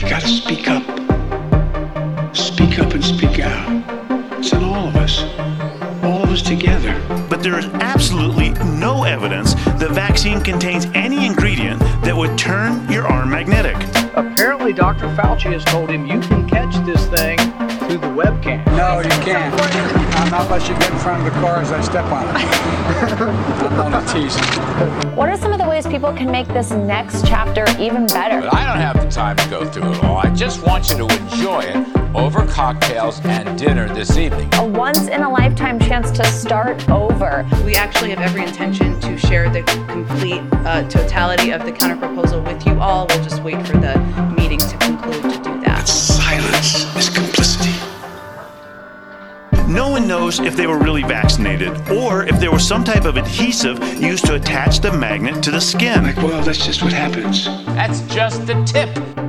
gotta speak up. Speak up and speak out. It's in all of us, all of us together. But there is absolutely no evidence the vaccine contains any ingredient that would turn your arm magnetic. Apparently, Dr. Fauci has told him you can catch this thing through the webcam. No, you can't. I'm not let you get in front of the car as I step on it. I'm only teasing. What are some of the ways people can make this next chapter even better? But I don't have the time to go through it all. I just want you to enjoy it over cocktails and dinner this evening. A once in a lifetime chance to start over. We actually have every intention to share the complete uh, totality of the counterproposal with you all. We'll just wait for the meeting to conclude to do that. But silence is complicity. No one knows if they were really vaccinated or if there was some type of adhesive used to attach the magnet to the skin. Like, well, that's just what happens. That's just the tip.